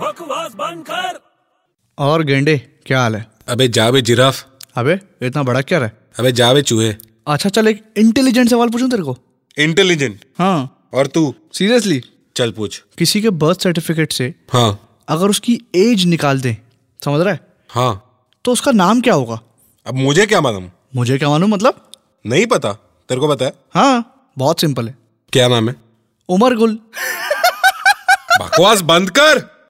बकवास बंद कर और गेंडे क्या हाल है अबे जा बे जिराफ अबे इतना बड़ा क्या रहा है अबे जा बे चूहे अच्छा चल एक इंटेलिजेंट सवाल पूछूं तेरे को इंटेलिजेंट हाँ और तू सीरियसली चल पूछ किसी के बर्थ सर्टिफिकेट से हाँ अगर उसकी एज निकाल दें समझ रहा है हाँ तो उसका नाम क्या होगा अब मुझे क्या मालूम मुझे क्या मालूम मतलब नहीं पता तेरे को पता है हाँ बहुत सिंपल है क्या नाम है उमर गुल बकवास बंद कर